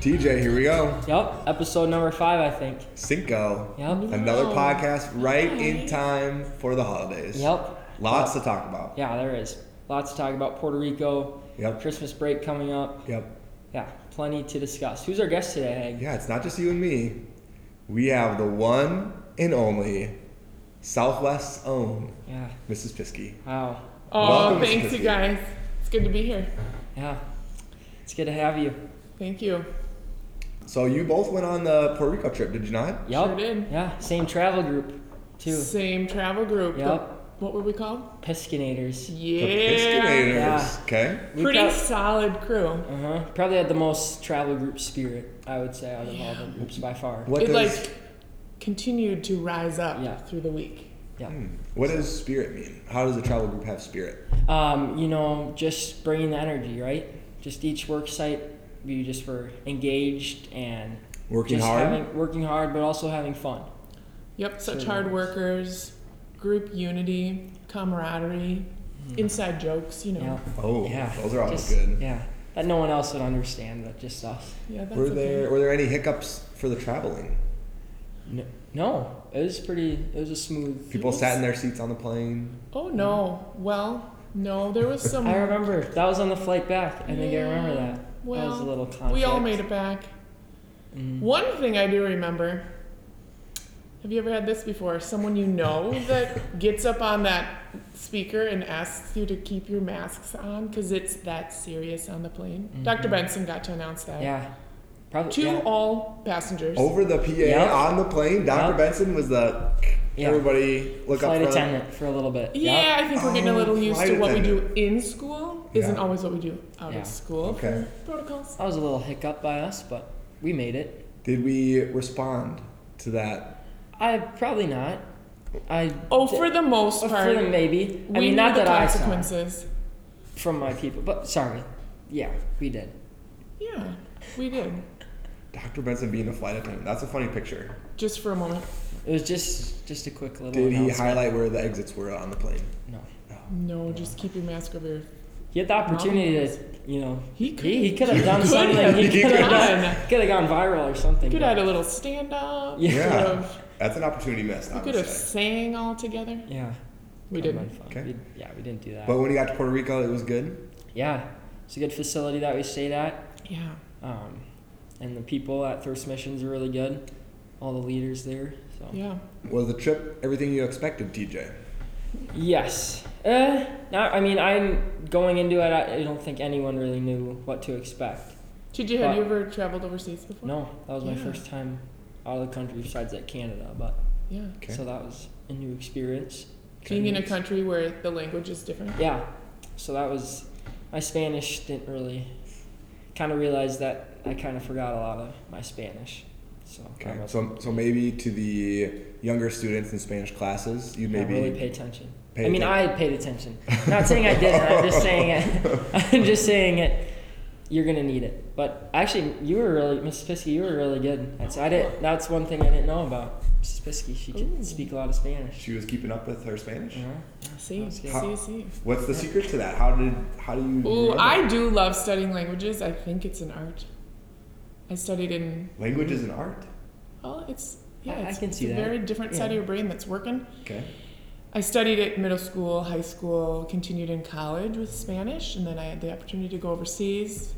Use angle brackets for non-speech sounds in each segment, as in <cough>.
TJ, here we go. Yep, episode number five, I think. Cinco. Yep. Another Wow. podcast right in Alright. time for the holidays. Yep. Lots to talk about. Yeah, there is. Lots to talk about. Puerto Rico, Yep. Christmas break coming up. Yep. Yeah, plenty to discuss. Who's our guest today, Hank? Yeah, it's not just you and me. We have the one and only Southwest's own Yeah. Mrs. Pisky. Wow. Oh, Welcome, thanks, Sophia. you guys. It's good to be here. Yeah. It's good to have you. Thank you. So you both went on the Puerto Rico trip, did you not? Yep. Sure did. Yeah, same travel group, too. Same travel group. Yep. What were we called? Piscinators. The Yeah. Piscinators. Yeah. Okay. Pretty solid crew. Uh huh. Probably had the most travel group spirit, I would say, out of all the groups by far. What it does like continued to rise up Yeah. through the week. Yeah. hmm, what does spirit mean? How does a travel group have spirit? um, you know, just bringing the energy, right? Just each work site, we just were engaged and Working just hard? having, working hard, but also having fun. Yep, such hard workers, group unity, camaraderie, inside jokes, you know. Mm-hmm. Yeah. Oh, yeah. those are always Just- good. Yeah, that no one else would understand, but just us. Yeah, that's Were okay. there were there any hiccups for the traveling? No, no, it was pretty. It was a smooth. People sat in their seats on the plane. Oh no. Well, no, there was <laughs> some I remember that was on the flight back. I think I remember Yeah. that. Well, that was a little conflict. we all made it back. Mm. One thing I do remember. Have you ever had this before? Someone you know <laughs> that gets up on that speaker and asks you to keep your masks on because it's that serious on the plane. Dr. Benson got to announce that. Mm-hmm. Yeah, probably. To yeah. all passengers. Over the PA Yep. on the plane, Dr. Yep. Benson was the Yeah. everybody look flight up front. attendant for a little bit. Yeah, I think we're getting a little Oh, used to flight what we do attendant. in school isn't Yeah. always what we do out Yeah. Oh, of school. Okay. Protocols. that was a little hiccup by us, but we made it. Did we respond to that? I probably not. I uh, Oh, for the most for part, them maybe. we I mean, knew not the that I saw it consequences. from my people, but sorry. Yeah, we did. Yeah, we did. Dr. Benson being a flight attendant. That's a funny picture. Just for a moment. It was just just a quick little. Did he announcement. highlight where the exits were on the plane? No. No, just keep your mask over your He had the opportunity to, you know, He he could- he, could have done could something. have. He He could have could done. have. Could have gone viral or something. Could but- have had a little stand up. Yeah. That's an opportunity missed, I We would could have say. sang all together. Yeah. We could've been didn't. fun. Okay. We- yeah, we didn't do that. But when he got to Puerto Rico, it was good. yeah, it's a good facility that we stayed at, Yeah. um, and the people at Thirst Missions are really good. All the leaders there. So. Yeah. Was the trip everything you expected, TJ? Yes. Uh, not, I mean, I'm going into it. I, I don't think anyone really knew what to expect. TJ, have you But- ever traveled overseas before? No, that was my Yeah. first time out of the country besides at Canada, but Yeah. Okay. so that was a new experience. Being in a country where the language is different. Yeah. So that was my Spanish didn't really kind of realize that I kind of forgot a lot of my Spanish. So I Okay. wasn't- So, so maybe to the younger students in Spanish classes, you I maybe really pay attention. pay I mean, I paid attention. Not saying I didn't. I'm just saying it. <laughs> I'm just saying it. You're gonna need it. But actually, you were really Mrs. Pisky. You were really good. That's I did. That's one thing I didn't know about Mrs. Pisky. She could Ooh. speak a lot of Spanish. she was keeping up with her Spanish. Uh-huh. See, Sounds see, good. How- see. What's the secret to that? How did how do you? Ooh, learn I that? do love studying languages. I think it's an art. I studied in, language is an art. well, it's, yeah, I- I it's, can it's see a that. very different side of Yeah. your brain that's working. Okay. I studied at middle school, high school, continued in college with Spanish, and then I had the opportunity to go overseas,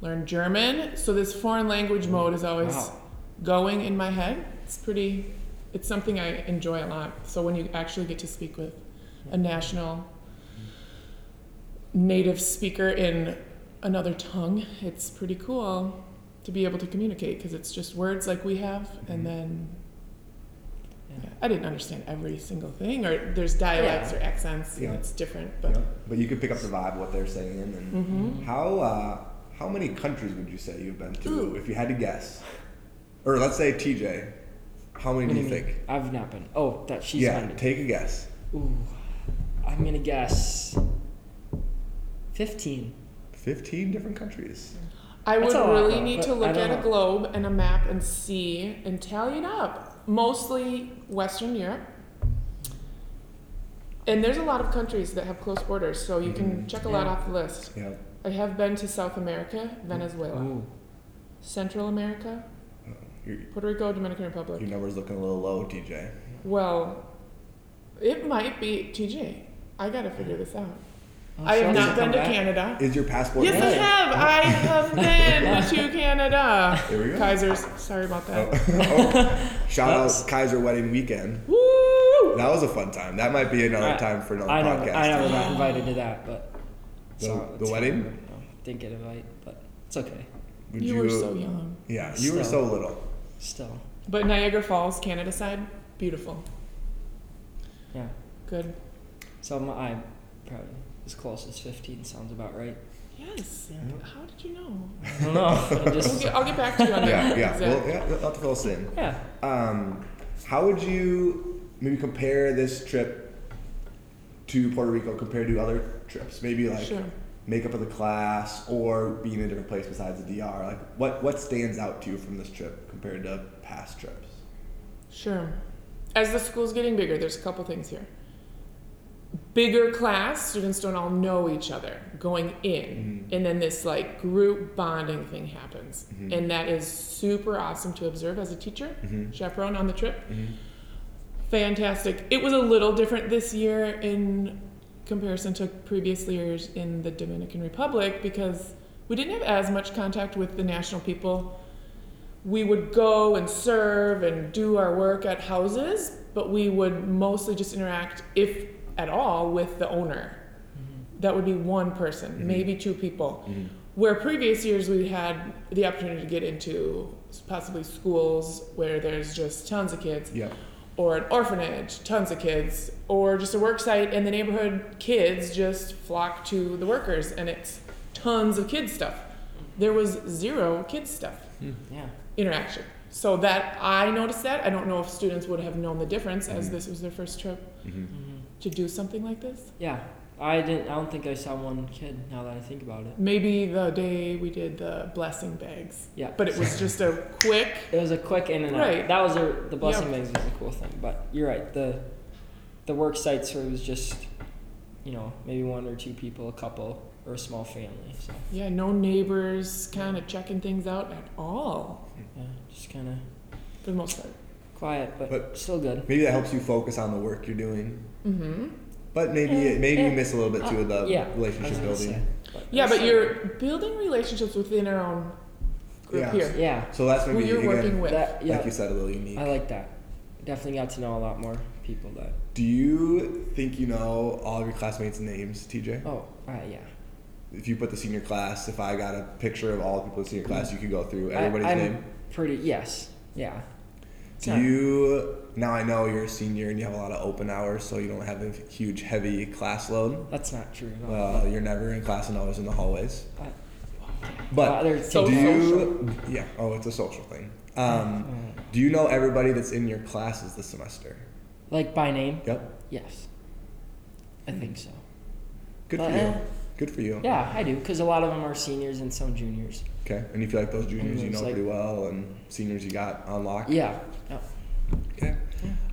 learn German. So this foreign language mode is always Wow. going in my head. It's pretty, it's something I enjoy a lot. So when you actually get to speak with a national native speaker in another tongue, it's pretty cool to be able to communicate because it's just words like we have, Mm-hmm. and then Yeah. I didn't understand every single thing, or there's dialects or accents, Yeah. and it's different. Yeah. But Mm-hmm. But you could pick up the vibe what they're saying. And how uh, how many countries would you say you've been to Ooh. if you had to guess? Or let's say TJ, how many do What do you you mean? think? I've not been. Oh, that she's yeah, been. take a guess. Ooh, I'm gonna guess fifteen. Fifteen different countries. I That's would a lot, really though, need but to I look don't at know. a globe and a map and see and tally it up. Mostly Western Europe. And there's a lot of countries that have close borders, so you can check a Mm-hmm. lot Yeah. off the list. Yeah. Mm-hmm. I have been to South America, Venezuela. Ooh, Central America, Oh, Your, Puerto Rico, Dominican Republic. Mm. your number's looking a little low, TJ. Well, it might be TJ. I gotta figure this out. Oh, I have Sean's not been come to back. Canada. Is your passport? Yes, I Really? have. I <laughs> have been to Canada. There we go. Kaisers. Sorry about that. <laughs> Oh, shout Oops. out Kaiser Wedding Weekend. Woo! That was a fun time. That might be another I- time for another I never, podcast. I never got invited to that, but The- so the it's wedding? fine. No, didn't get invited, but it's okay. Would You were so young. Yeah, you were so Still. <laughs> little. Still, But Niagara Falls, Canada side, beautiful. yeah. Good. So my, I probably as close as 15 sounds about right. Yes. How did you know? <laughs> I don't know. I I'll just get, I'll get back to you on that. Yeah, yeah. Exactly. Well, yeah, I'll have to fill us in. yeah. Um, how would you maybe compare this trip to Puerto Rico compared to other trips? Maybe like Sure. makeup of the class or being in a different place besides the DR. Like what what stands out to you from this trip compared to past trips? Sure. As the school's getting bigger, there's a couple things here. Bigger class, students don't all know each other going in. Mm-hmm. And then this like group bonding thing happens. And that is super awesome to observe as a teacher, Mm-hmm. chaperone on the trip. Fantastic. It was a little different this year in comparison to previous years in the Dominican Republic because we didn't have as much contact with the national people we would go and serve and do our work at houses, but we would mostly just interact, if at all, with the owner. That would be one person, maybe two people. Mm-hmm. Where previous years we had the opportunity to get into possibly schools where there's just tons of kids Yeah. or an orphanage, tons of kids, or just a work site and the neighborhood kids just flock to the workers and it's tons of kids stuff. There was zero kids stuff Yeah. interaction. So that I noticed that. I don't know if students would have known the difference as this was their first trip Mm-hmm. to do something like this. mm-hmm. Yeah. I didn't I don't think I saw one kid now that I think about it. Maybe the day we did the blessing bags, Yeah. but it was just a quick. it was a quick in and out. Right. That was a, the blessing Yeah. bags was a cool thing, but you're right. The the work sites where it was just you know, maybe one or two people, a couple or a small family. So Yeah, no neighbors kind of checking things out at all yeah, just kind of for the most part. quiet, but, But- still good. Maybe that helps you focus on the work you're doing. Mm-hmm. But maybe Eh, maybe eh, you miss a little bit Uh, too of the yeah, I was relationship gonna say, building. Yeah, it's but still you're building relationships within our own group Yeah. here. good. yeah. So that's Who maybe you're again, working with. That like yeah, Uh, you said, a little unique. I like that. Definitely got to know a lot more people that. Do you think you know all of your classmates' names, TJ? Oh, uh, yeah. If you put the senior class, if I got a picture of all the people in senior class, you could go through I- everybody's I'm name. Pretty yes, yeah. It's Do not- you now? I know you're a senior and you have a lot of open hours, so you don't have a huge, heavy class load. That's not true. No. Uh, you're never in class and always in the hallways. I- Uh, But they're So do taking- you? Yeah. Oh, it's a social thing. Um, Uh, do you know everybody that's in your classes this semester? like by name? Yep. Yes, I think so. Good for Uh, you. Good for you. Yeah, I do because a lot of them are seniors and some juniors. Okay. And you feel like those juniors you it's know like- pretty well, and seniors you got on lock. Yeah. Oh. Okay.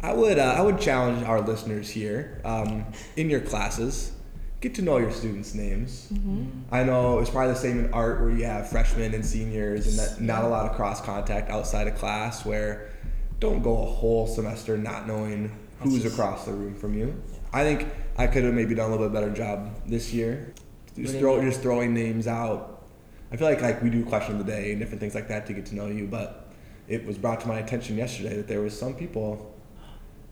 I would uh, I would challenge our listeners here um, in your classes. Get to know your students' names. Mm-hmm. I know it's probably the same in art where you have freshmen and seniors, and that not a lot of cross contact outside of class. Where don't go a whole semester not knowing who's just- across the room from you. I think I could have maybe done a little bit better job this year. Just Really? throw just throwing names out. I feel like like we do question of the day and different things like that to get to know you, but it was brought to my attention yesterday that there was some people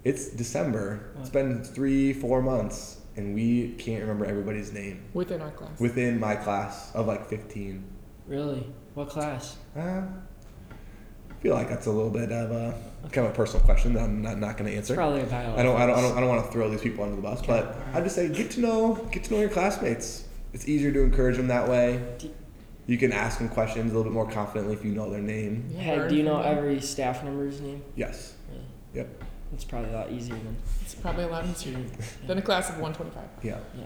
it's December. It's been three, four months, and we can't remember everybody's name Within our class. within my class of like 15. Really? What class? Uh, I feel like that's a little bit of a kind of a personal question that I'm not, not going to answer. Probably a bio. I don't, I don't, I don't, I don't want to throw these people under the bus, but I just say get to know, get to know your classmates. It's easier to encourage them that way. You can ask them questions a little bit more confidently if you know their name. Yeah, Hey, learn do you know from them. every staff member's name? Yes. Really? Yep. It's probably a lot easier than It's probably a lot easier than a class of 125. Yeah. yeah.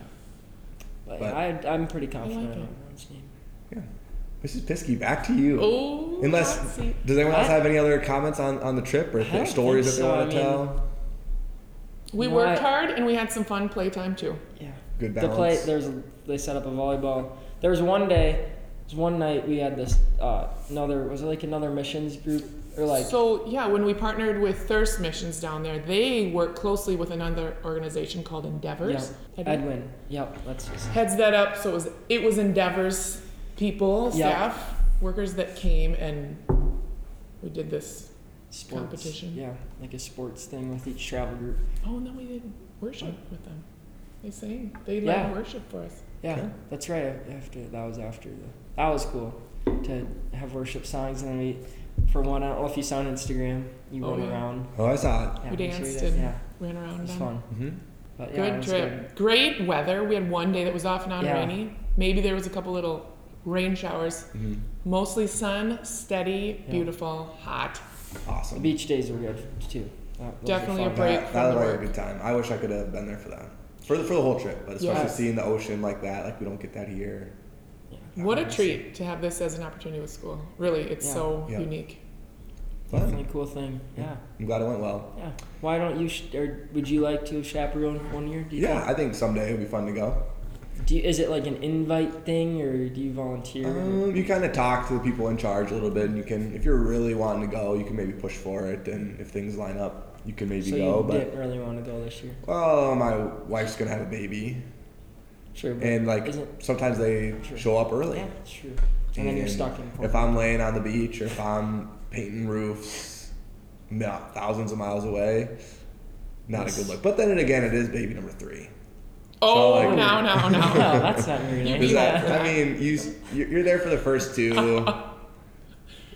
But, But- I, I'm pretty confident. I, it. don't know his name. Yeah. Mrs. Pisky, back to you. Oh, Unless- hot seat. Does anyone else I- have any other comments on, on the trip or I don't stories that think they so. want to I mean- tell? we No, worked I- hard and we had some fun playtime too. Yeah. Good The play balance. there's they set up a volleyball. There was one day There's one night we had this uh, another was it like another missions group or like so yeah, when we partnered with Thirst Missions down there, they work closely with another organization called yeah, Endeavors. Edwin. Yep, that's just heads that up. So it was it was Endeavors people, Yeah. staff, workers that came and we did this. sports. Competition. Yeah, like a sports thing with each travel group. Oh, and then we did worship with them. They sang. They Yeah. led worship for us. Yeah, Okay. that's right. After that was after the that was cool to have worship songs and then we for one I don't know if you saw on Instagram you Oh, went yeah. around. Oh, I saw it. Yeah, We I'm sure you danced did. and- yeah, Ran around. it was down. fun. Mm-hmm. But yeah, it Good was trip. Great weather. We had one day that was off and on Yeah. rainy. Maybe there was a couple little rain showers. hmm Mostly sun, steady, Yeah. beautiful, hot. The Awesome. beach days were good too. That, those were Definitely a fun. break That, from that the was like a work. good time. I wish I could have been there for that. For the, for the whole trip, but especially Yeah. seeing the ocean like that, like we don't get that here. Yeah. What a Honestly. treat to have this as an opportunity with school. Really, it's Yeah. so Yeah. unique. Definitely But a cool thing. Yeah. I'm glad it went well. Yeah. Why don't you sh- or would you like to chaperone one year? Do you Yeah, I think someday it'll be fun to go. Think? Do you, is it like an invite thing or do you volunteer? Um, you kind of talk to the people in charge a little bit, and you can, if you're really wanting to go, you can maybe push for it, and if things line up, you can maybe so go. you but didn't really want to go this year. well, my wife's gonna have a baby, Sure. But and like isn't sometimes they Sure. show up early. yeah, it's true. And, then you're And stuck in. If I'm laying on the beach or if I'm painting roofs, not thousands of miles away, not Yes. a good look. But then again, it is baby number three. Oh, like- no, no, <laughs> no, <laughs> no. that's not very You nice. Is that- Yeah. I mean, you s- you're you're there for the first <laughs> two.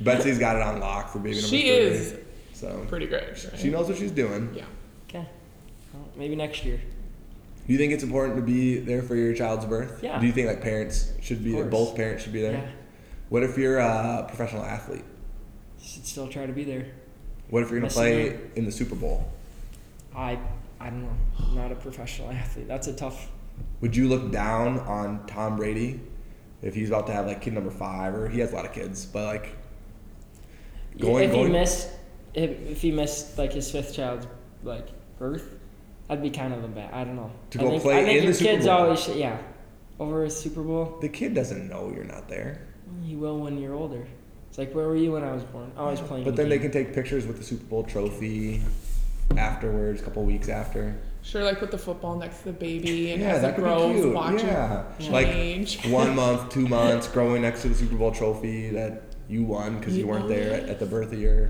Betsy's got it on lock for baby number she three. is So pretty great. she knows what she's doing. Yeah. Okay. Well, maybe next year. Do you think it's important to be there for your child's birth? Yeah. Do you think like parents should be Of there? course. Both parents should be there. Yeah. What if you're a professional athlete? Should still try to be there. What if you're gonna Missing play in the Super Bowl? I I don't know. I'm not a professional athlete. That's a tough. Would you look down on Tom Brady if he's about to have like kid number five, or he has a lot of kids, but like Going- if going- he missed, if, if he missed like his fifth child's like birth, I'd be kind of a bad. I don't know. To I go think, play I think in your the Super kids Bowl. always should, yeah. Over a Super Bowl, the kid doesn't know you're not there, he will when you're older. It's like where were you when I was born? I was playing. but then they game. can take pictures with the Super Bowl trophy afterwards, a couple weeks after. Sure, like with the football next to the baby and Yeah, as that it could grows, be cute. watching Yeah, Yeah. like change. one month, two months, growing next to the Super Bowl trophy that you won because you weren't there at, at the birth of your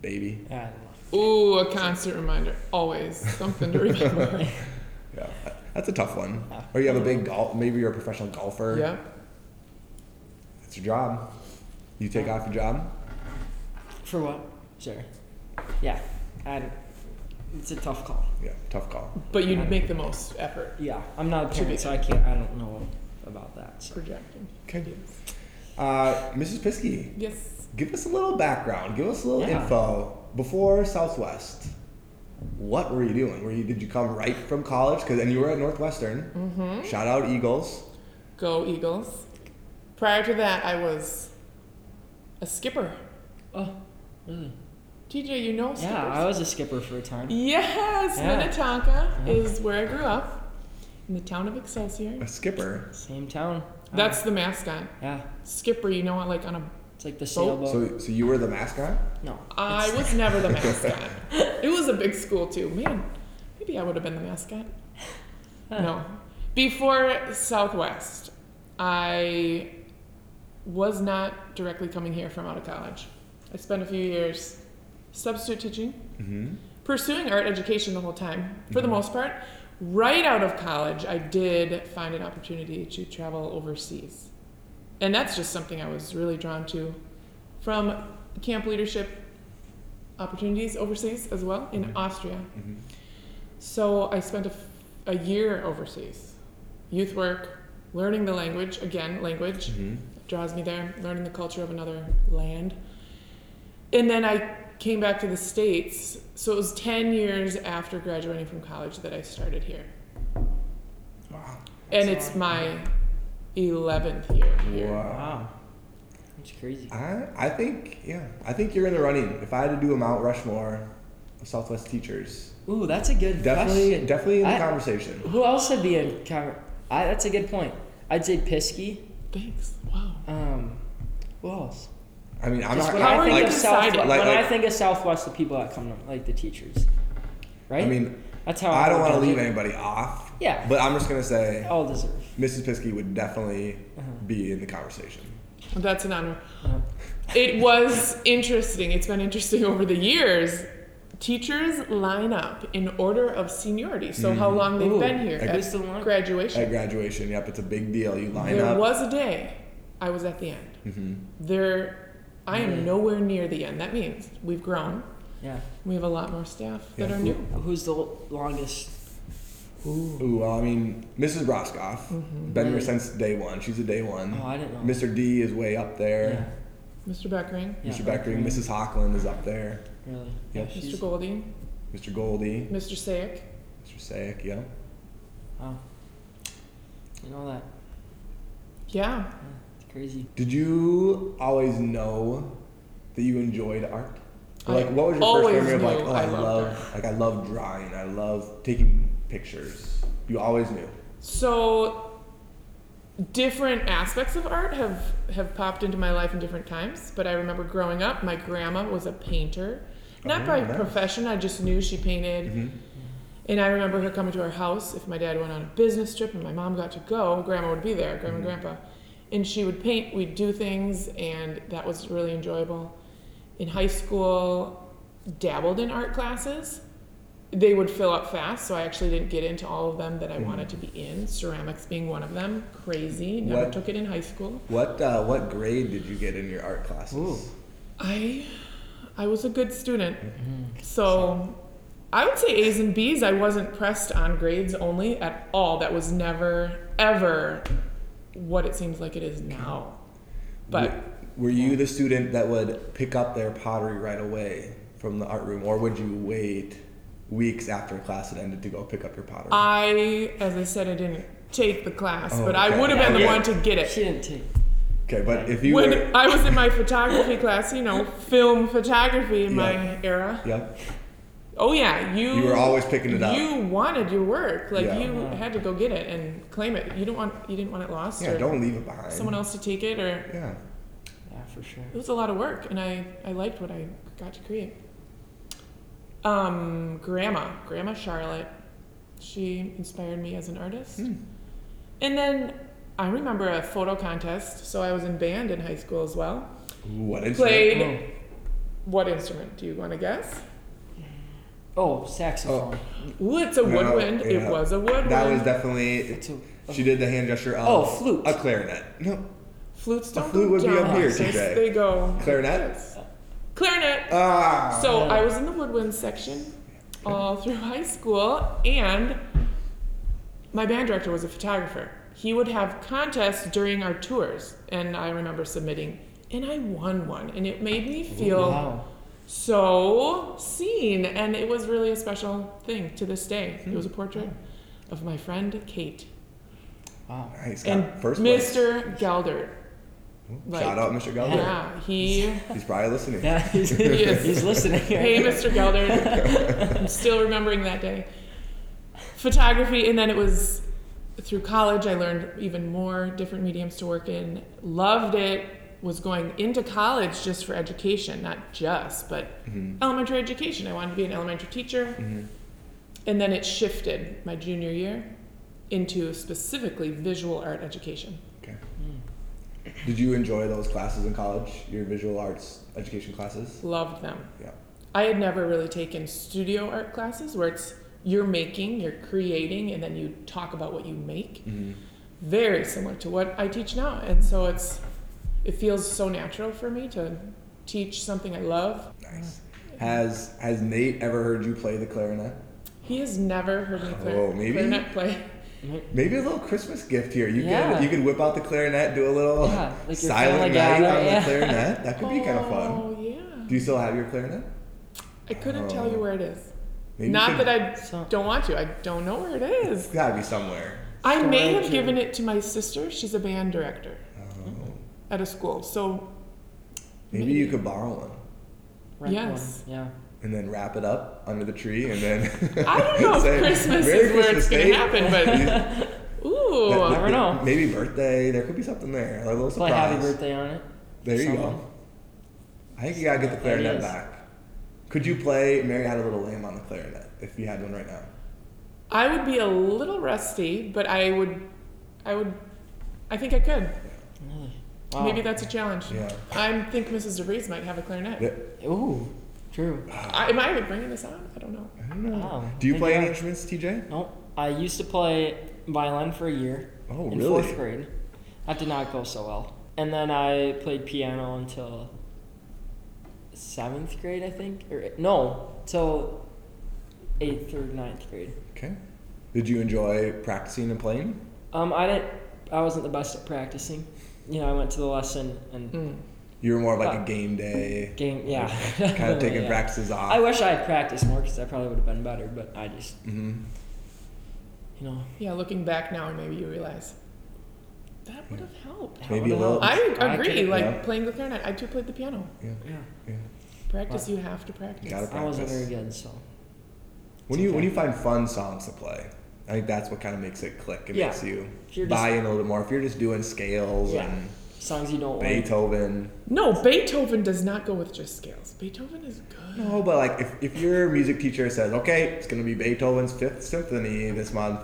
baby. Yeah, I don't know. Ooh, a constant reminder. Always something to remember. Yeah, that's a tough one. Or you have a big golf. Maybe you're a professional golfer. yeah. It's your job. You take off your job. For what? Sure. Yeah, I. don't- It's a tough call. Yeah, tough call. But you make the most effort Yeah, I'm not a Should be. parent, so I can't. I don't know about that. So. projecting. Okay. Uh, Mrs. Piskey, Yes. give us a little background. Give us a little Yeah. info. Before Southwest, what were you doing? Were you did you come right from college? Because and you were at Northwestern. Mm-hmm. Shout out Eagles. Go Eagles. Prior to that, I was a skipper. Oh, really? TJ, you know skippers? Yeah, I was a skipper for a time. Yes, Yeah. Minnetonka Yeah. is where I grew up, in the town of Excelsior. A skipper. Same town. Uh, That's the mascot. yeah. Skipper, you know what, like on a. It's like the sailboat. So so you were the mascot. no. I was never the mascot. it was a big school too. Man, maybe I would have been the mascot. No. Before Southwest, I was not directly coming here from out of college. I spent a few years substitute teaching, Mm-hmm. pursuing art education the whole time, for the most part. Right out of college, I did find an opportunity to travel overseas. And that's just something I was really drawn to from camp leadership opportunities overseas as well in Austria. Mm-hmm. Mhm. So I spent a, f- a year overseas, youth work, learning the language, again, language Mm-hmm. draws me there, learning the culture of another land. And then I came back to the States. So it was 10 years after graduating from college that I started here. Wow. And it's my 11th year here. Wow. Wow. That's crazy. I I think yeah. I think you're in the running. If I had to do a Mount Rushmore of Southwest teachers, Ooh, that's a good definitely question. definitely in the I- conversation. Who else would be in? Con- I, that's a good point. I'd say Pisky. Thanks. Wow. Um, who else? I mean, I'm Just not. when How I are think you of deciding? South, Like- when I like- think of Southwest, the people that come, to, like the teachers, right? I mean, that's how I don't would want to judge leave it. anybody off. Yeah. But I'm just gonna say, All deserve. <laughs> Mrs. Piskey would definitely be in the conversation. That's an honor. Uh, It was interesting. It's been interesting over the years. Teachers line up in order of seniority, so how Mm. long they've Ooh, been here that goes to the line. graduation. At graduation, yep, it's a big deal. You line There up. Mm-hmm. was a day I was at the end. There, I Mm. am nowhere near the end. That means we've grown. yeah. We have a lot more staff that Yeah. are new. Who's the l- longest? Ooh, well, I mean, Mrs. Broskoff, Mm-hmm. been here since day one. She's a day one. Oh, I didn't know. Mr. D is way up Yeah. there. Mr. Beckering, yeah, Mr. Beckering, Mrs. Beckering. Hockland is up there. Really? Yeah. Yeah, she's- Mr. Goldie, Mr. Goldie, Mr. Sayek. Mr. Sayek, yeah. Wow. Oh. You know that? Yeah. Yeah, it's crazy. Did you always know that you enjoyed art? Or, I Like, what was your first always memory of like, knew oh, I I, loved love, like, I love drawing. I love taking pictures. You always knew. So different aspects of art have have popped into my life in different times, but I remember growing up, my grandma was a painter. Not Oh, by nice. Mm-hmm. profession, I just knew she painted. And I remember her coming to our house if my dad went on a business trip and my mom got to go, grandma would be there, grandma and grandpa. And she would paint, we'd do things, and that was really enjoyable. In high school, dabbled in art classes. They would fill up fast, so I actually didn't get into all of them that I wanted to be in, ceramics being one of them. Crazy, never What- took it in high school. What uh, what grade did you get in your art classes? Ooh. I I was a good student. Mm-hmm. So I would say A's and B's. I wasn't pressed on grades only at all. That was never ever what it seems like it is now. But W- were you the student that would pick up their pottery right away from the art room, or would you wait weeks after class had ended to go pick up your pottery? Uh, I as I said I didn't take the class, Oh, but I okay. would have been the Okay. one to get it. She didn't take. okay, but if you when were, I was in my photography class, you know, film photography in Yeah. my era. yep, Oh yeah, you You were always picking it up. You wanted your work, like Yeah. you had to go get it and claim it. You don't want you didn't want it lost. yeah, or don't leave it behind. someone else to take it or Yeah, Yeah, for sure. it was a lot of work and I, I liked what I got to create. Um, grandma, Grandma Charlotte, she inspired me as an artist. And then I remember a photo contest, so I was in band in high school as well. Hmm. what is Played Oh. what instrument? Do you want to guess? Oh, saxophone. Ooh, it's a No, woodwind. yeah. It was a woodwind. That was definitely. It's a- She did the hand gesture of Oh, flute. a clarinet. No, Flutes don't flute go would be down up here like this, today. They go clarinet. clarinet. Ah, So I was in the woodwind section all through high school, and my band director was a photographer. He would have contests during our tours, and I remember submitting, and I won one, and it made me feel Wow. so seen, and it was really a special thing to this day. It was Hmm. a portrait of my friend Kate Wow. nice. got and first place. Mr. Gelder. like- Shout out, Mr. Gelder. Yeah, he. He's probably listening. Yeah, <laughs> he's, <laughs> is. he's listening. Hey, Mr. Gelder. I'm still remembering that day. Photography, and then it was through college, I learned even more different mediums to work in. Loved it. Was going into college just for education, not just, but elementary education. I wanted to be an elementary teacher. Mm-hmm. And then it shifted my junior year into specifically visual art education. Okay. Hmm. Did you enjoy those classes in college? Your visual arts education classes? Loved them. Yeah. I had never really taken studio art classes where it's you're making, you're creating, and then you talk about what you make. Very similar to what I teach now, and so it's it feels so natural for me to teach something I love. Nice. Has Has Nate ever heard you play the clarinet? He has never heard me play Oh, maybe- clarinet play. Maybe a little Christmas gift here. You Yeah. could you could whip out the clarinet, do a little Yeah, like your silent family night gathering, on the yeah. clarinet. That could be kind of fun. Oh yeah. Do you still have your clarinet? I couldn't tell you where it is. Maybe you Not could- that I So- don't want to. I don't know where it is. It's gotta be somewhere. I may Storage have given it to my sister. She's a band director at a school. So Um, Maybe you could borrow one Rent Yes. One. Yeah. and then wrap it up under the tree and then. I don't know <laughs> if say, Christmas "Merry is where <laughs> Christmas, it's going Nate." to happen, but ooh, That- never know. Maybe birthday. There could be something there. Like a little Play surprise. happy birthday on it. There you Someone. go. I think you gotta get the There it clarinet is. back. Could you play "Mary Had a Little Lamb" on the clarinet if you had one right now? I would be a little rusty, but I would, I would, I think I could. Really? Wow. Maybe that's a challenge. Yeah. I think Mrs. DeVries might have a clarinet. Yeah. Ooh, true. I, am I even bringing this on? I don't know. I don't know. Wow. Do you Oh, Maybe play any I- instruments, TJ? No, I used to play violin for a year. Oh, in really? Fourth grade. That did not go so well. And then I played piano until seventh grade, I think, or no, till eighth or ninth grade. Okay. Did you enjoy practicing and playing? Um, I didn't. I wasn't the best at practicing. You know, I went to the lesson and Hmm. You were more of like a Uh, game day, game. Yeah, kind <laughs> of taking Yeah. practices off. I wish I had practiced more because I probably would have been better. But I just, Mhm. you know, Yeah, looking back now, maybe you realize that would have helped. I Maybe a don't little- know. I agree. could've- like Hmm. Yeah. playing the clarinet, I too played the piano. Yeah, yeah, yeah. Practice, you have to practice. Gotta- I wasn't very Practice. good, so. When you when you find fun songs to play, I think that's what kind of makes it click. It Yeah. makes you If you're just- buy in a little bit more. If you're just doing scales Yeah. and Songs you don't like. Beethoven, No, Beethoven does not go with just scales. Beethoven is good. no, but like if, if your music teacher says, okay, it's gonna be Beethoven's Fifth Symphony this month,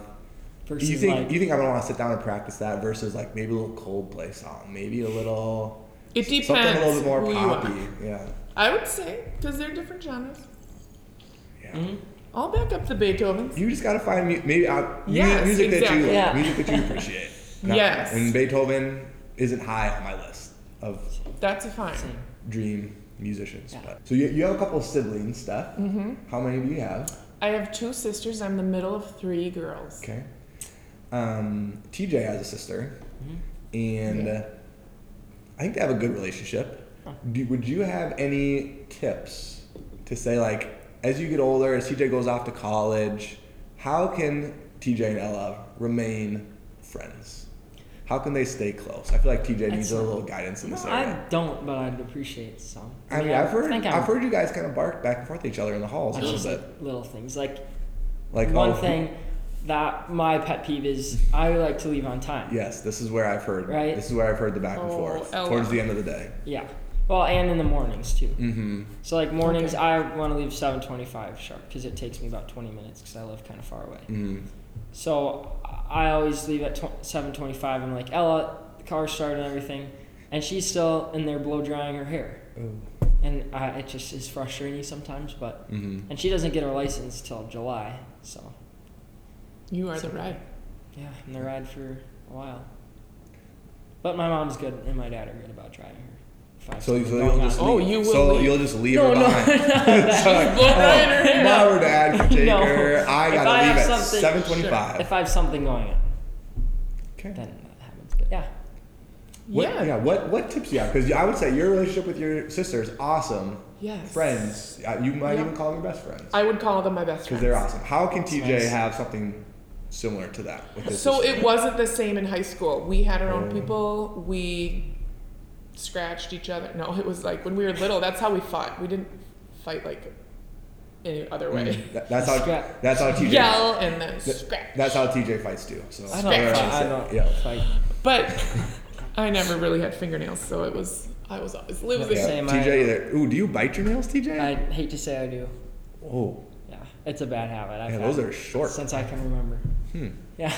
Versus you think like, you think I'm gonna want to sit down and practice that versus like maybe a little Coldplay song, maybe a little It depends. something a little bit more who you are. poppy. Yeah, I would say because they're different genres. yeah. Mhm. I'll back up the Beethovens. You just gotta find mu- maybe uh, mu- Yes, music that you exactly. like, Yeah. music that you appreciate. Yes. and Beethoven isn't high on my list of That's a fine. Same. dream musicians. Yeah. But. So you, you have a couple of siblings, Steph. Mm-hmm. How many do you have? I have two sisters. I'm the middle of three girls. Okay. Um, TJ has a sister, and uh I think they have a good relationship. Do, would you have any tips to say, like, as you get older, as TJ goes off to college, how can TJ and Ella remain friends? How can they stay close? I feel like TJ needs a That's- little guidance in No, this area. I don't, but I'd appreciate some. I mean, I've heard, think I'm- I've heard you guys kind of bark back and forth at each other in the halls a It's just little like bit. little things. Like, Like one oh, thing that my pet peeve is I like to leave on time. Yes, this is where I've heard. Right? This is where I've heard the back and Oh, forth Ella. towards the end of the day. Yeah. Well, and in the mornings too. Mm-hmm. So like mornings, Okay. I want to leave seven twenty-five sharp because it takes me about twenty minutes because I live kind of far away. Mm-hmm. So I always leave at tw- seven twenty-five. I'm like Ella, the car started and everything, and she's still in there blow drying her hair, and I, it just is frustrating sometimes. But Mm-hmm. and she doesn't get her license till July, so You are the ride. yeah, I'm the ride for a while. But my mom's good and my dad are good about driving her. If I have So, so something you'll going just on. Oh, leave, you will so leave. you'll just leave no, her no, behind. <laughs> not that. Like, Right or oh, no. mom or dad can take <laughs> No. her. I If gotta I have leave at something- seven twenty-five. If I have something going on, Okay. then that happens. But yeah, What, yeah. What what tips do you have? Because I would say your relationship with your sister is awesome. Yes. Friends. Uh, You might Yeah. even call them your best friends. I would call them my best Because friends. they're awesome. How can TJ nice. have something similar to that? With his So sister? it wasn't the same in high school. We had our own Oh. people. We scratched each other. No, it was like when we were little. That's how we fought. We didn't fight like any other way. Mm, <laughs> That- that's how. Scrap. That's how TJ. Yell and then Th- scratch. That's how TJ fights too. So I don't. Scratch. I don't Yeah. fight. But I never really had fingernails, so it was I was always losing. Yeah, Same, TJ I- either. Ooh, do you bite your nails, TJ? I hate to say I do. oh, Yeah, it's a bad habit. I've yeah, had those are short. <laughs> since I can remember. Hmm. <laughs> Yeah,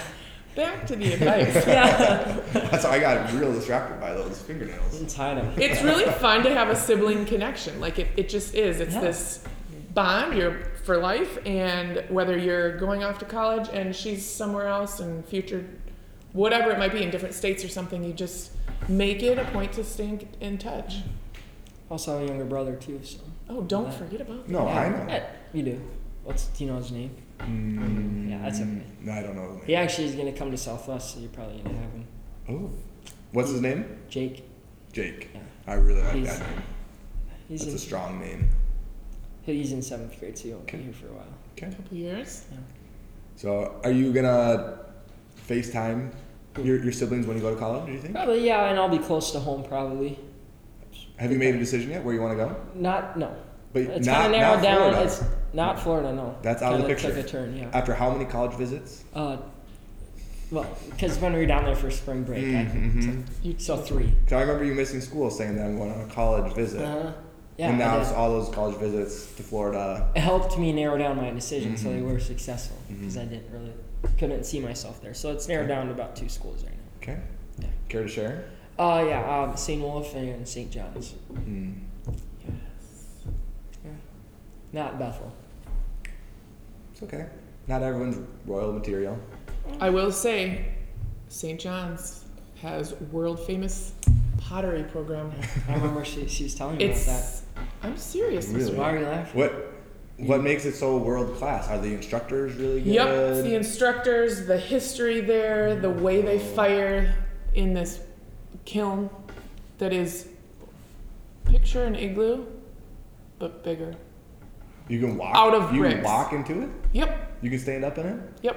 Back to the <laughs> advice. yeah. That's how I got real distracted by those fingernails. It's high enough. it's really fun to have a sibling connection. Like it, it just is. It's Yeah. this bond you're for life and whether you're going off to college and she's somewhere else and future whatever it might be in different states or something, you just make it a point to stay in, in touch. Also, I have a younger brother too. So Oh, don't Yeah. forget about that. No, yeah. I know. Yeah, you do. What's Tino's name? Mm, Yeah, that's okay. No, I don't know. He actually is gonna come to Southwest, so you're probably gonna have him. Oh, what's his name? Jake. Jake. Yeah. I really like He's- that name. He's That's in, a strong name. he's in seventh grade, so he'll be Okay. here for a while. Okay. A couple years. So, are you gonna FaceTime your, your siblings when you go to college? Do you think? Probably yeah, and I'll be close to home probably. Have you made a decision yet where you want to go? Not no. But It's not, kind of narrowed not down. Florida. It's not Florida, no. That's out of the Kinda picture. Uh, Took a turn, yeah. After how many college visits? Uh, Well, because when we were down there for spring break, Mm-hmm. I, so three. I remember you missing school, saying that I'm going on a college visit, Uh, yeah, and now I it's did. all those college visits to Florida. it helped me narrow down my decision, so they Mhm. were successful because I didn't really couldn't see myself there. So it's narrowed Mm-hmm. Okay. down to about two schools right now. Okay. Yeah. Care to share? Uh, yeah, um, St. Wolf and St. John's, Mm. not Bethel. It's okay. Not everyone's royal material. I will say, St. John's has world famous pottery program. I remember she, she was telling me about It's. I'm serious. that. Really? Why are you laughing? What What makes it so world class? Are the instructors really good? Yep, it's the instructors, the history there, the way they fire in this kiln that is picture an igloo, but bigger. you can walk Out of You can bricks. walk into it. Yep, You can stand up in it. yep,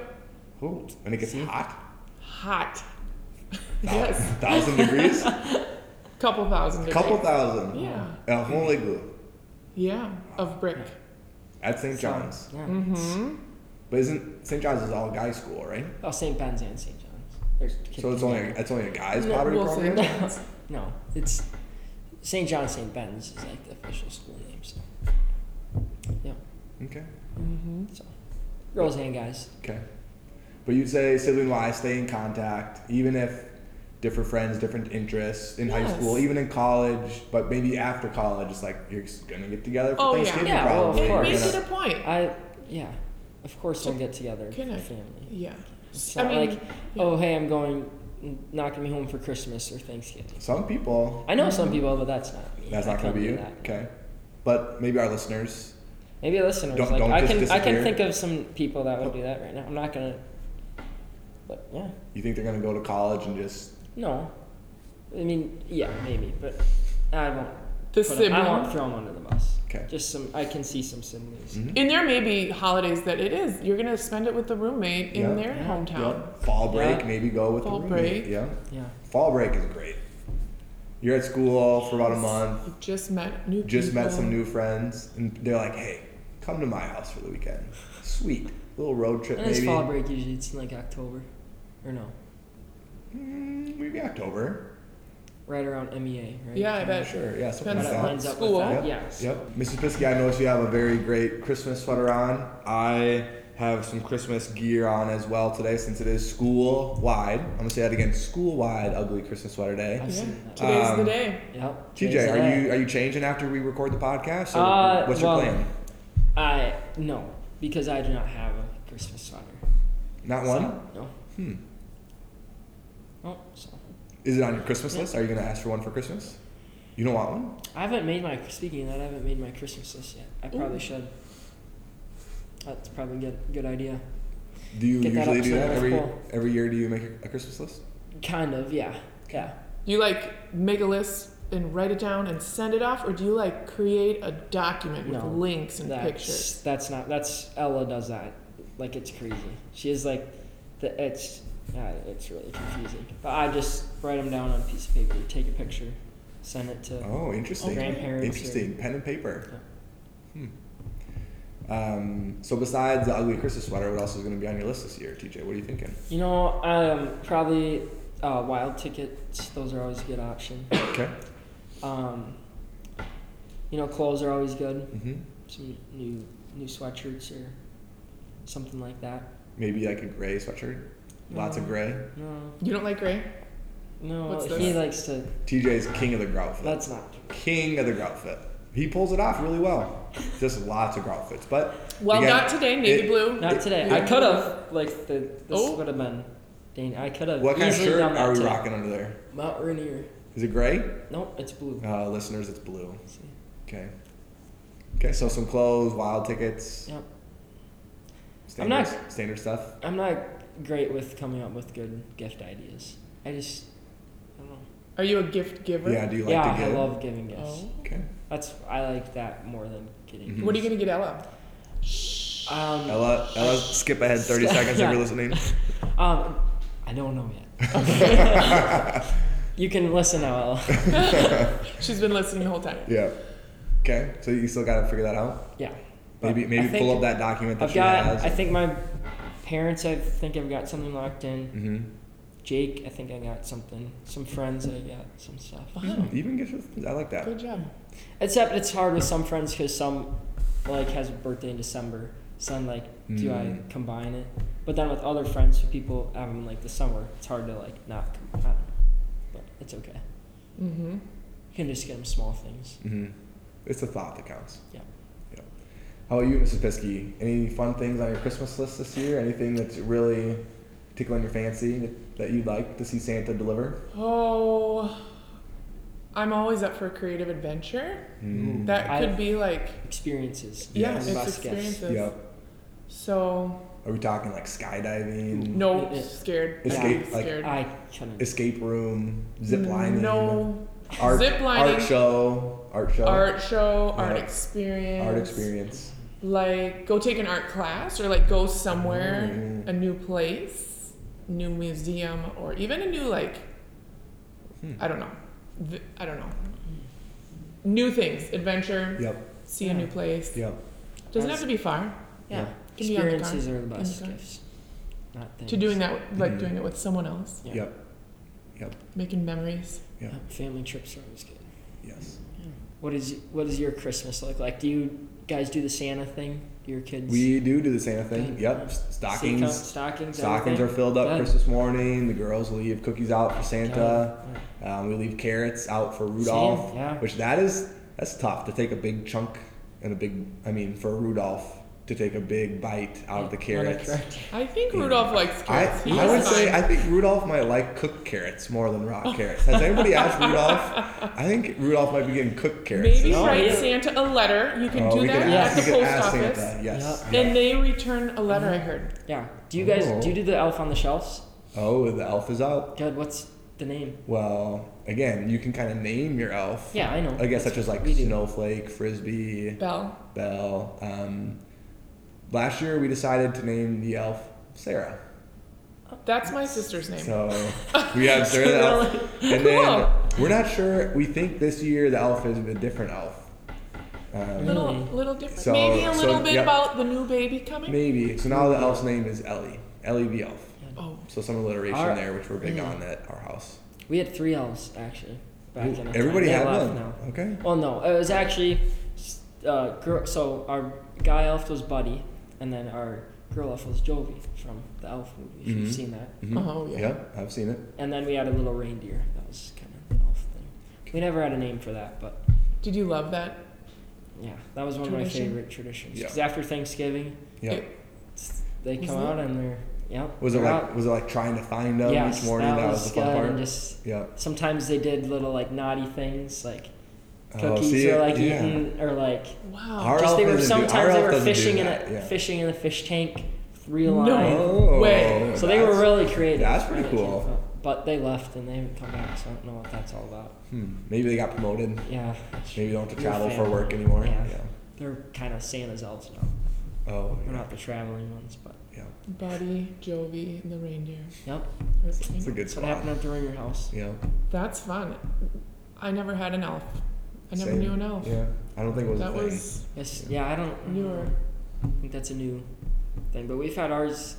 Cool. And it gets hot. hot. <laughs> Thou- yes, Thousand <laughs> degrees. couple thousand. degrees. Couple thousand. Uh, Yeah, A whole igloo yeah, of brick. at St. So, John's. Yeah. Mm-hmm. But isn't St. John's is all guy school, right? Oh, St. Ben's and St. John's. There's kids So it's only a, it's only a guys pottery we'll say <laughs> program. that. <laughs> no. It's St. John's St. Ben's is like the official school name. So yeah, Okay. so girls and guys. Okay. But you'd say sibling wise, stay in contact, even if different friends, different interests in high Yes. school, even in college, but maybe after college, it's like you're just gonna get together for Oh, yeah. Thanksgiving Yeah, well, of probably. course. You're Make it gonna- a point. I yeah, of course we'll get together Can I- for family. Yeah. It's I not mean, like oh hey I'm going not gonna be home for Christmas or Thanksgiving. Some people I Mm-hmm. know some people, but that's not me. that's I not gonna couldn't be do you. that. Okay. But maybe our listeners Maybe listeners Don't- like don't I just can I disappear. can think of some people that would do that right now. I'm not gonna. But yeah, you think they're gonna go to college and just no. I mean, yeah, maybe, but I won't. The put 'em- I won't sibling. throw them under the bus. Okay. Just some. I can see some siblings. Mhm. And there may be holidays that it is. You're gonna spend it with the roommate in Yeah. their Yeah. hometown. Yep, fall break, Yeah. maybe go with Fall the roommate. break. Yeah. Yeah. Fall break is great. You're at school for about a month, You just met new just met people. uh, some new friends, and they're like, "Hey, come to my house for the weekend." Sweet little road trip, And maybe. it's fall break usually. It's in like October, or no, Mm, maybe October. right around MEA, right? Yeah, I Uh, Kinda. bet. Sure, yeah, something That like Depends that. lines up School. with that. Yep. Yeah. Yep. Mrs. Pisky, I noticed you have a very great Christmas sweater on. I have some Christmas gear on as well today since it is school wide. I'm gonna say that again, school wide ugly Christmas sweater day. I've Yeah. seen that. Today's the Um, day. Yep. TJ, Today's the are day. you are you changing after we record the podcast? Or Uh, what's your well- plan? I no, because I do not have a Christmas sweater. Not one? So, no. Hmm. Oh, so Is it on your Christmas list? Are you gonna ask for one for Christmas? You don't want one? I haven't made my speaking of that I haven't made my Christmas list yet. I probably Ooh. should. That's probably a good good idea. Do you Get that usually up do so that that's every cool. every year? Do you make a, a Christmas list? Kind of, yeah, yeah. You like make a list and write it down and send it off, or do you like create a document with No. links and That's pictures? that's not that's Ella does that. Like it's crazy. She is like, the it's uh, it's really confusing. But I just write them down on a piece of paper, take a picture, send it to. Oh, interesting. grandparents or- Interesting. Pen and paper. Hmm. Um, so besides the ugly Christmas sweater, what else is going to be on your list this year, TJ? What are you thinking? You know, um, probably uh, wild tickets. Those are always a good option. Okay. Um, you know, clothes are always good. hmm some new new sweatshirts or something like that. Maybe like a gray sweatshirt. Lots Um, of gray. No, You don't like gray? no, What's he this? likes to. TJ's king of the grout fit. That's not. king of the grout fit. He pulls it off really well. Just lots of grout fits, but Well, again, not today, navy it- blue. Not today. I could have like the. This Oh. would have been. Dang, I could have. What kind of easily shirt done that are we today. rocking under there? Mount Rainier. Is it gray? Nope, it's blue. Uh, listeners, it's blue. See? Okay. Okay, so some clothes, wild tickets, Yep. I'm standard, not- standard stuff. I'm not great with coming up with good gift ideas. I just. I don't know. Are you a gift giver? Yeah, do you like yeah, to I give? love giving gifts. Oh. okay. That's I like that more than getting. Mhm. What are you gonna get Ella? Um, Ella, Ella, skip <laughs> ahead 30 seconds if you're listening. um, I don't know yet. <laughs> <laughs> you can listen now, Ella. She's been listening the whole time. Yeah. Okay, so you still got to figure that out? Yeah. Maybe But maybe I think pull up that document that I've she got. has. I think my parents, I think I've got something locked in. hmm Jake, I think I got something. Some friends, I got some stuff. Wow. Even gifts with friends. I like that. Good job. Except it's hard with some friends because some like has a birthday in December. So I'm like, do I Mm. combine it? But then with other friends, who people have them like the summer. It's hard to like not combine. But it's okay. Mm-hmm. You can just get them small things. hmm It's the thought that counts. Yeah. Yeah. How about you, Mrs. Pisky? Any fun things on your Christmas list this year? Anything that's really tickling your fancy that, that you'd like to see Santa deliver? Oh, I'm always up for a creative adventure. Mm. That I- could be like, Experiences. yeah, Yes. it's Bus guess. experiences. Yep. So, Are we talking like skydiving, no, Yeah. scared. Escape, I'd be like- scared. I couldn't. escape room, zip lining, No. art, Zip lining. art show, art show, Art show, Yeah. art experience. art experience. Like, go take an art class or like go somewhere, Mm. a new place, new museum, or even a new, like, Hmm. I don't know. Th- I don't know. New things, adventure, Yep, see a Yeah. new place. yep. Doesn't That's- have to be far. Yeah. Can be on the Experiences are the the best car. gifts. Not things. To doing that, with- like Mhm. doing it with someone else, Yeah. Yep. Yep. making memories. Yeah. Yeah, Family trips are always good. Yes. What is what does your Christmas look like? Do you guys do the Santa thing? Do your kids? We do do the Santa thing. Okay. Yep. s- Stockings, Stockings. stockings, Stockings are filled up Good. Christmas morning. The girls leave cookies out for Santa. Um, we leave carrots out for Rudolph, Oh, yeah. which that is that's tough to take a big chunk and a big. I mean, for Rudolph to take a big bite out of the carrots. I think Yeah. Rudolph likes I, carrots. He I would is say I fine. Oh. think Rudolph might like cooked carrots more than raw carrots. Has <laughs> anybody asked Rudolph? I think Rudolph might be getting cooked carrots. maybe No, write Oh, yeah. Santa a letter. You can Oh, do we that could ask, at we the could post ask office, Santa. Mm-hmm. Yes. and they return a letter. I heard. Yeah. Do you guys Oh. do you do the Elf on the Shelves? Oh, the elf is out. God, what's the name? Well, again, you can kind of name your elf. Yeah, I know. I guess such as like we do. snowflake, frisbee, Bell. bell. Um, last year we decided to name the elf Sarah, That's my sister's name. <laughs> so we have Sarah the elf, and then we're not sure. We think this year the elf is a different elf. Um, little, Really? little different. So- Maybe a so, little bit yeah. about the new baby coming. maybe so. Now the elf's name is Ellie, Ellie the elf. Oh, So some alliteration Our- there, which we're big yeah. on at our house. We had three elves actually Mm-hmm. back in the Everybody time. had They one. left now. Okay. Well, no, it was actually uh, girl. So our guy elf was Buddy, and then our girl elf was Jovi from the Elf movie. If Mhm. you've seen that. Mhm. Oh, yeah. Yep, I've seen it. And then we had a little reindeer. That was kind of the elf thing. We never had a name for that, but did you love that? yeah, that was one of my Tradition. favorite traditions. Yeah. Because after Thanksgiving, Yeah. It- it's- they Was come it? out and they're yep. was it they're like out. was it like trying to find them Yes, each morning? That, was, the good, fun And part. just yeah. sometimes they did little like naughty things like Oh, cookies see, or like yeah. eaten or like Wow. Our just they elf were doesn't do- our sometimes they elf were doesn't do fishing in a that, yeah. fishing in the fish tank, real No. line. Oh, Way. So they were that's- really creative. that's pretty Really cool. came up- But they left and they haven't come back, so I don't know what that's all about. Hmm, maybe they got promoted. Yeah. Maybe they don't have to Your travel for family. work anymore. Yeah. They're kind of Santa's elves now. Yeah. Oh. They're Yeah. not the traveling ones, but yeah. Buddy, Jovi, and the reindeer. yep. Or something. It's a good That's what spot. happened at the Ringer House. Yeah. That's fun. I never had an elf. I never Same. knew an elf. Yeah. I don't think it was that a thing. was Yes. Yeah, I don't. newer. I think that's a new thing, but we've had ours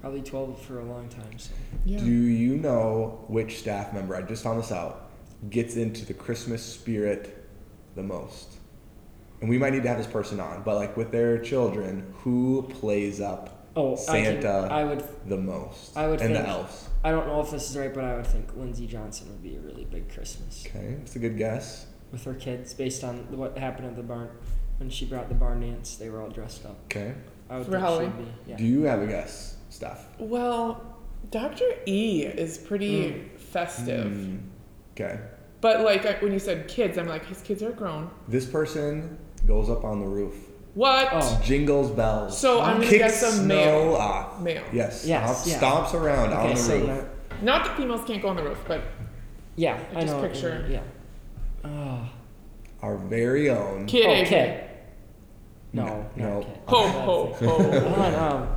probably twelve for a long time. So Yeah. Do you know which staff member? I just found this out. Gets into the Christmas spirit the most. And we might need to have this person on, but like with their children, who plays up oh, I, Santa. can, I would. the most? I would and think- the elves. I don't know if this is right, but I would think Lindsay Johnson would be a really big Christmas Okay, it's a good guess. with her kids, based on what happened at the barn when she brought the barn dance. They were all dressed up. Okay. I would For think Halloween? she'd be. Yeah. Do you have a guess, Steph? Well, Dr. E is pretty Mm. festive. Hmm, Okay. But like I- when you said kids, I'm like, his kids are grown. This person goes up on the roof, What? Oh. jingles bells, So I'm gonna kicks guess a snow male. off. Male. Yes. Yes, stomp- yeah. Stomps around okay, on the so roof. that- Not that females can't go on the roof, but yeah, I I just know. what you picture- mean, Yeah. Oh, Our very own. kid. okay. No, No, Oh, no, Oh, no. okay. Ho ho <laughs> ho. Hold on, um,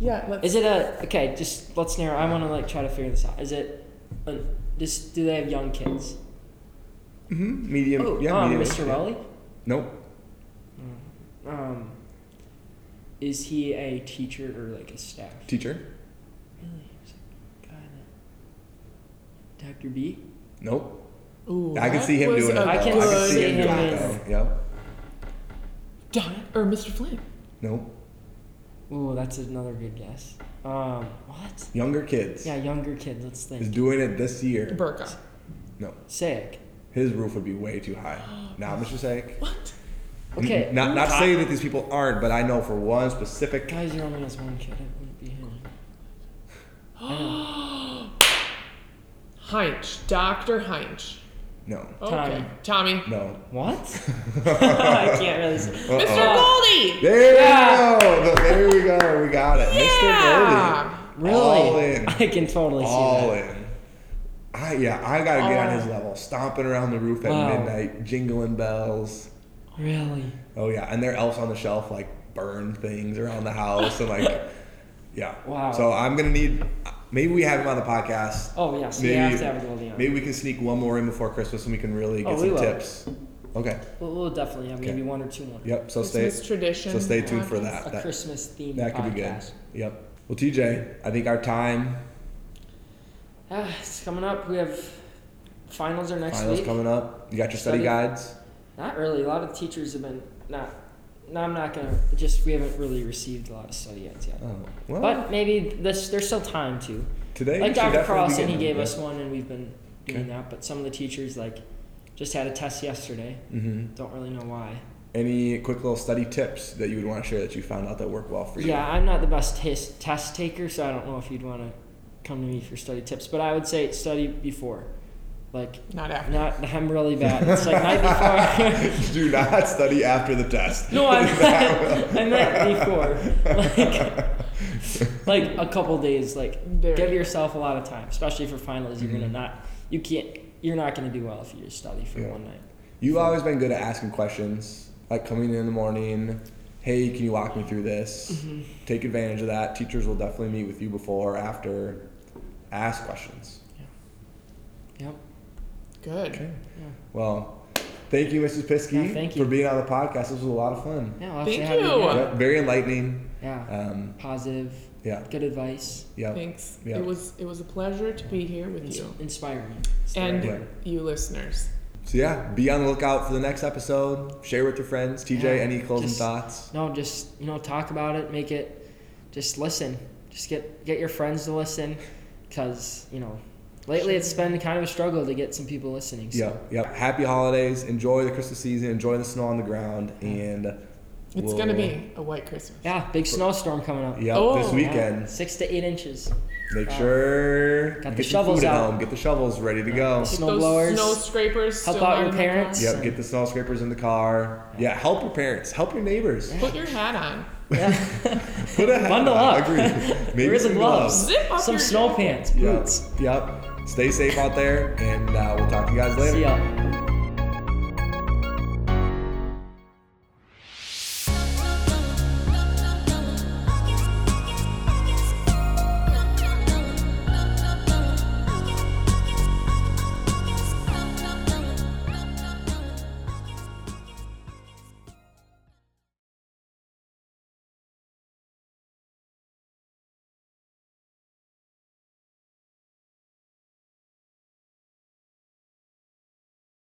yeah, let's Is it a okay? Just let's narrow. I want to like try to figure this out. Is it? Uh, just do they have young kids? hmm Medium. Oh, yeah, um, medium. Mr. Yeah. Rowley. Nope. Um, is he a teacher or like a staff? Teacher? Really? I was like, God, that- Dr. B? Nope. Ooh, I can that see him was doing it. a though. I good can see him doing one. it. though. Yep. Don or Mr. Flynn. Nope. Ooh, that's another good guess. Um, what? Younger kids Yeah, younger kids, let's is think. doing it this year. Burka. No, Sick. his roof would be way too <gasps> high. Now, Mr. Sank. What? Okay. Not not saying that these people aren't, but I know for one specific. Guys, you only has one kid. It wouldn't be him. Oh. <gasps> Heinch. Dr. Heinch. No. Okay. Tommy. Tommy. <laughs> No. <laughs> What? I can't really say. Uh-oh. Mr. Goldie! There Yeah. we go. There we go. We got it. Mr. Goldie. Yeah! Really? All in. I can totally see All that. in. I yeah, I gotta get on All his in. level. Stomping around the roof at Wow. midnight, jingling bells. Really? Oh yeah, and their elves on the shelf like burn things around the house and <laughs> like yeah. Wow. So I'm gonna need maybe we have him on the podcast. Oh, yes. Maybe- we have to have Goldie on. Maybe we can sneak one more in before Christmas and we can really Oh, get we some will. tips. Okay. We'll, we'll definitely have Okay. maybe one or two more. Yep. So stay Christmas tradition. so stay tuned for podcast. that. A That, Christmas themed that could be good. podcast. Yep. Well TJ, I think our time Ah, it's coming up. We have finals are next finals week. coming up. You got your study Study. guides. Not really. A lot of teachers have been not. No, I'm not gonna. Just we haven't really received a lot of study yet yet. Oh well But maybe this there's still time to. today. we Like should Dr. definitely be Carlson, he getting gave them. us one, and we've been doing Okay. that. But some of the teachers like just had a test yesterday. Mhm. Don't really know why. Any quick little study tips that you would want to share that you found out that work well for you? Yeah, I'm not the best test test taker, so I don't know if you'd want to come to me for study tips. But I would say study before, like Not after. not. I'm really bad. It's like night <laughs> before. <laughs> Do not study after the test. No, I meant, I <laughs> meant before. Like, like a couple days. Like There. give yourself a lot of time, especially for finals. You're gonna not. You can't. You're not gonna do well if you just study for Yeah. one night. You've always been good at asking questions, like coming in in the morning. Hey, can you walk me through this? Mm-hmm. Take advantage of that. Teachers will definitely meet with you before or after. Ask questions. Yep. Good. Well, thank you, Mrs. Piskey, Yeah, thank you. for being on the podcast. This was a lot of fun. Yeah. I'll have Thank to have you. again. Yep, very enlightening. Yeah. Um, Positive. yeah, Good advice. yeah. Thanks. Yeah. It was it was a pleasure to be here with Ins- you inspiring. and Yeah. you listeners. So yeah, be on the lookout for the next episode. Share with your friends. TJ, Yeah, any closing just- thoughts? No, just you know, talk about it. Make it. Just listen. Just get get your friends to listen, because you know, lately it's been kind of a struggle to get some people listening. So. Yep, yep. Happy holidays. Enjoy the Christmas season. Enjoy the snow on the ground. And It's we'll- gonna be a white Christmas. Yeah, big snowstorm coming up. Yep, Oh, this yeah. weekend. Six to eight inches. Make sure Got you the some shovels food at out. home. Get the shovels ready to go. Snow Those blowers. snow <laughs> scrapers. Help still out not your in the car. parents. Yep, get the snow scrapers in the car. Yeah, help your parents. Help your neighbors. Put your hat on. <laughs> Put a hat Bundle on. <laughs> up. Agreed. Maybe Where's the some gloves? Zip up Some your snow pants, Yep. boots. Yep. Stay safe out there, and uh, we'll talk to you guys later. See ya.